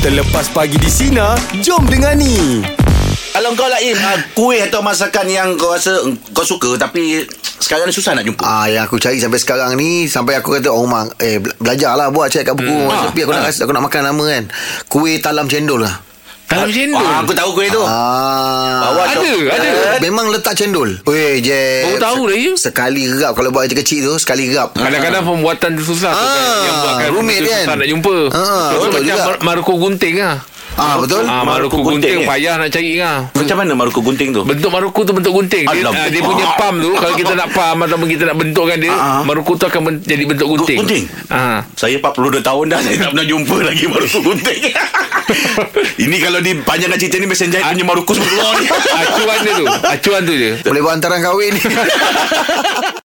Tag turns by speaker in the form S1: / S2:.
S1: Terlepas pagi di Sina, jom dengani.
S2: Kalau kau lah Im uh, Kuih atau masakan yang kau rasa mm, Kau suka Tapi Sekarang ni susah nak jumpa uh,
S3: Ah, yang aku cari sampai sekarang ni Sampai aku kata Oh mak Eh bela- belajarlah buat cek kat buku hmm. Tapi aku, nak,
S2: ah.
S3: rasa- aku nak makan nama kan Kuih talam cendol lah
S4: Kalau cendol
S2: Aku tahu kuih tu uh,
S3: Ah,
S4: Ada Ada
S3: Memang letak cendol Weh je
S4: Baru tahu dah, you.
S3: Sekali gerap Kalau buat kecil-kecil tu Sekali gerap
S4: Kadang-kadang pembuatan tu susah tu kan
S3: Ah,
S4: Yang buatkan
S3: rumit
S4: benda tu
S3: kan?
S4: Susah nak jumpa
S3: Ah,
S4: Contoh
S3: betul
S4: macam
S3: juga.
S4: mar- Maruko gunting lah
S3: Ah betul
S4: ah, Maruko
S2: Maruko
S4: gunting
S2: gunting, eh?
S4: payah nak cari lah
S2: Macam mana maruku gunting tu
S4: Bentuk maruku tu bentuk gunting dia,
S2: Alam.
S4: ah, dia punya pam tu Kalau kita nak pam Atau kita nak bentukkan dia
S2: Ah, ah.
S4: Maruku tu akan ben- jadi bentuk gunting
S2: gunting?
S4: ah.
S2: Saya 42 tahun dah Saya tak pernah jumpa lagi Maruku gunting Ini kalau dipanjangkan cerita ni Mesin jahit punya
S4: Ah,
S2: Maruku semua keluar ni
S4: Acuan dia tu Acuan tu je
S3: Boleh buat hantaran kahwin ni